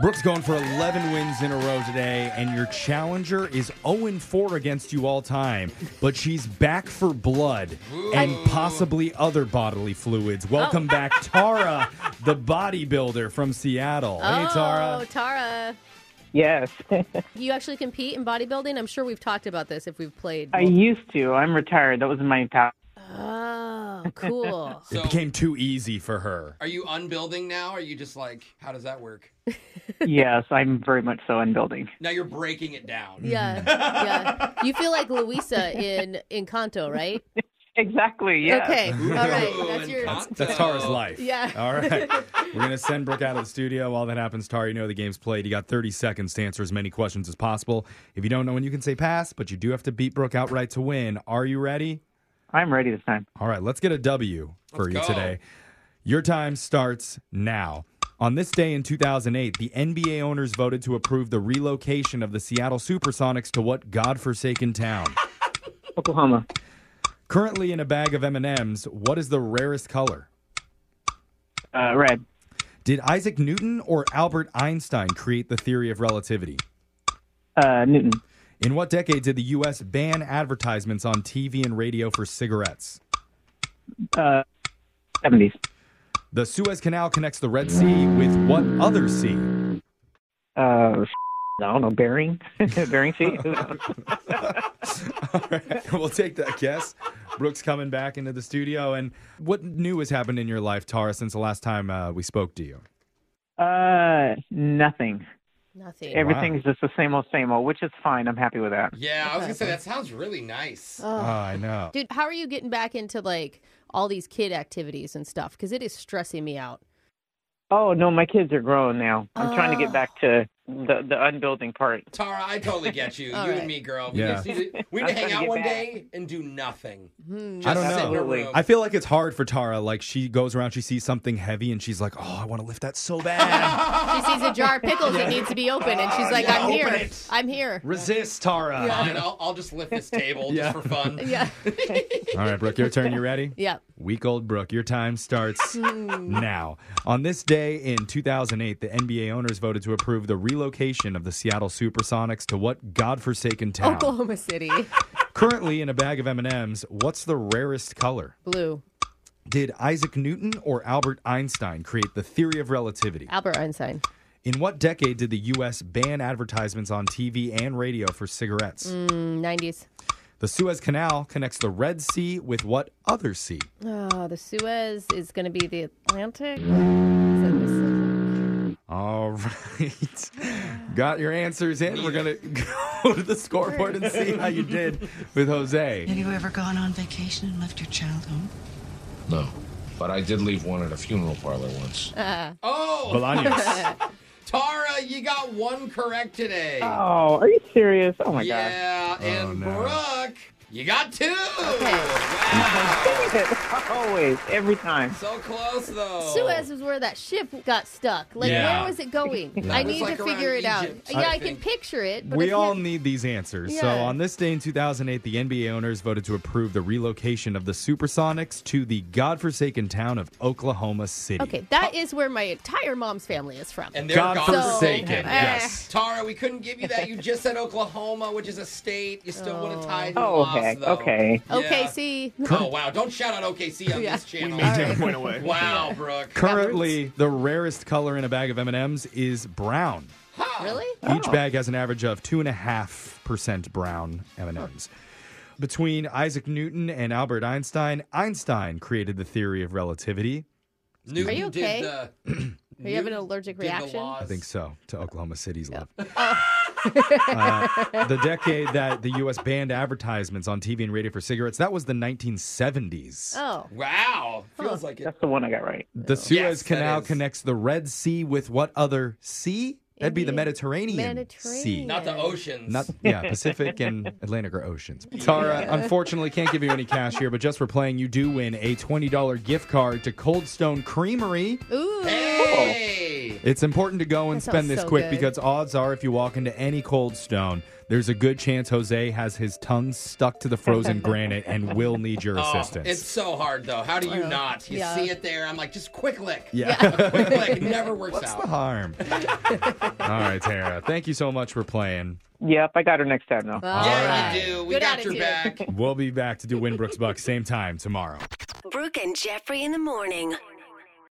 Brooks going for 11 wins in a row today, and your challenger is 0 4 against you all time, but she's back for blood and possibly other bodily fluids. Oh. Welcome back, Tara, the bodybuilder from Seattle. hey, Oh, Tara. Tara. Yes, You actually compete in bodybuilding? I'm sure we've talked about this if we've played. I used to. I'm retired. That was my top. Oh, cool. It became too easy for her. Are you unbuilding now? Are you just like, how does that work? yes, I'm very much so in building. Now you're breaking it down. yeah, yeah. You feel like Luisa in Encanto, right? Exactly. Yes. Okay, all right. Ooh, That's your. Encanto. That's Tara's life. Yeah. All right. We're going to send Brooke out of the studio. While that happens, Tara, you know the game's played. You got 30 seconds to answer as many questions as possible. If you don't know when you can say pass, but you do have to beat Brooke outright to win. Are you ready? I'm ready this time. All right, let's get a W for Let's you go. today. Your time starts now. On this day in 2008, the NBA owners voted to approve the relocation of the Seattle Supersonics to what godforsaken town? Oklahoma. Currently in a bag of M&Ms, what is the rarest color? Uh, red. Did Isaac Newton or Albert Einstein create the theory of relativity? Uh, Newton. In what decade did the U.S. ban advertisements on TV and radio for cigarettes? Uh, 70s. The Suez Canal connects the Red Sea with what other sea? Uh, I don't know. Bearing. Bearing seat. All right, we'll take that guess. Brooks coming back into the studio. And what new has happened in your life, Tara, since the last time uh, we spoke to you? uh, nothing. Nothing. Everything's just the same old, same old, which is fine. I'm happy with that. Yeah, I was gonna say that sounds really nice. Uh, Oh, I know. Dude, how are you getting back into like all these kid activities and stuff? Because it is stressing me out. Oh no, my kids are grown now. I'm trying to Oh. get back to the the unbuilding part. Tara, I totally get you. you All right. and me, girl. We Yeah. just need to, we need I'm to trying hang to out get one back. day and do nothing. Hmm. Just I don't sit in a know. Absolutely. room. I feel like it's hard for Tara. Like she goes around, she sees something heavy, and she's like, "Oh, I want to lift that so bad." She sees a jar of pickles that needs to be open, and she's like, yeah, "I'm here. open it." I'm here." Resist, Tara. Fine, I'll, I'll just lift this table Yeah. just for fun. Yeah, All right, Brooke, your turn. You ready? yeah. Week old Brooke, your time starts now. On this day in 2008, the NBA owners voted to approve the relocation of the Seattle Supersonics to what godforsaken town? Oklahoma City, Currently in a bag of M&Ms, what's the rarest color? blue. Did Isaac Newton or Albert Einstein create the theory of relativity? Albert Einstein, In what decade did the US ban advertisements on TV and radio for cigarettes? Mm, 90s. The Suez Canal connects the Red Sea with what other sea? Oh, the Suez is going to be the Atlantic. Is that the- All right. Got your answers in. We're going to go to the scoreboard and see how you did with Jose. Have you ever gone on vacation and left your child home? No, but I did leave one at a funeral parlor once. Oh, Bolaños. Tara, you got one correct today. Oh, are you serious? Oh my god. yeah, Oh, and Brooke, you got two. Wow. Dang it. Always, every time. so close though. Suez was where that ship got stuck. Like, Yeah. where was it going? I It was need like to around figure it out. Egypt, yeah, I I, can think. picture it. But We it's all not- need these answers. So, Yeah. on this day in 2008, the NBA owners voted to approve the relocation of the Supersonics to the godforsaken town of Oklahoma City. Okay, that is where my entire mom's family is from. And they're Godforsaken. So- yes. Tara, we couldn't give you that. You just said Oklahoma, which is a state. You still would have tied. and Oh, lost, heck. though. Okay. Yeah. OKC. Oh wow! Don't shout out OKC on Yeah. this channel. Eh. Went away. Wow, Brooke. Currently, the rarest color in a bag of M&Ms is brown. Really? Each bag has an average of two and a half percent brown M&Ms. Between Isaac Newton and Albert Einstein, Einstein created the theory of relativity. Newton Are you okay? Did the, Are you having an allergic did the reaction? laws. I think so. To Oklahoma City's love. Uh, the decade that the U.S. banned advertisements on TV and radio for cigarettes, that was the 1970s. Oh. Wow, feels like it. That's the one I got right. the Suez Yes, that Canal is. connects the Red Sea with what other sea? That'd be the Indian- Mediterranean, Sea. Mediterranean. Not the oceans. Not yeah, Pacific and Atlantic are oceans. Tara, unfortunately, can't give you any cash here, but just for playing, you do win a twenty dollar gift card to Cold Stone Creamery. Ooh. Hey! It's important to go and That spend sounds this so quick good. because odds are if you walk into any cold stone, there's a good chance Jose has his tongue stuck to the frozen granite and will need your Oh, assistance. it's so hard though. How do you not? You yeah. see it there. I'm like, just quick lick. yeah. A quick lick never works What's out. the harm? All right, Tara. Thank you so much for playing. Yep, I got her next time though. All yeah, right. you do. We Good got your attitude. back. We'll be back to do Winbrook's Bucks same time tomorrow. Brooke and Jeffrey in the morning.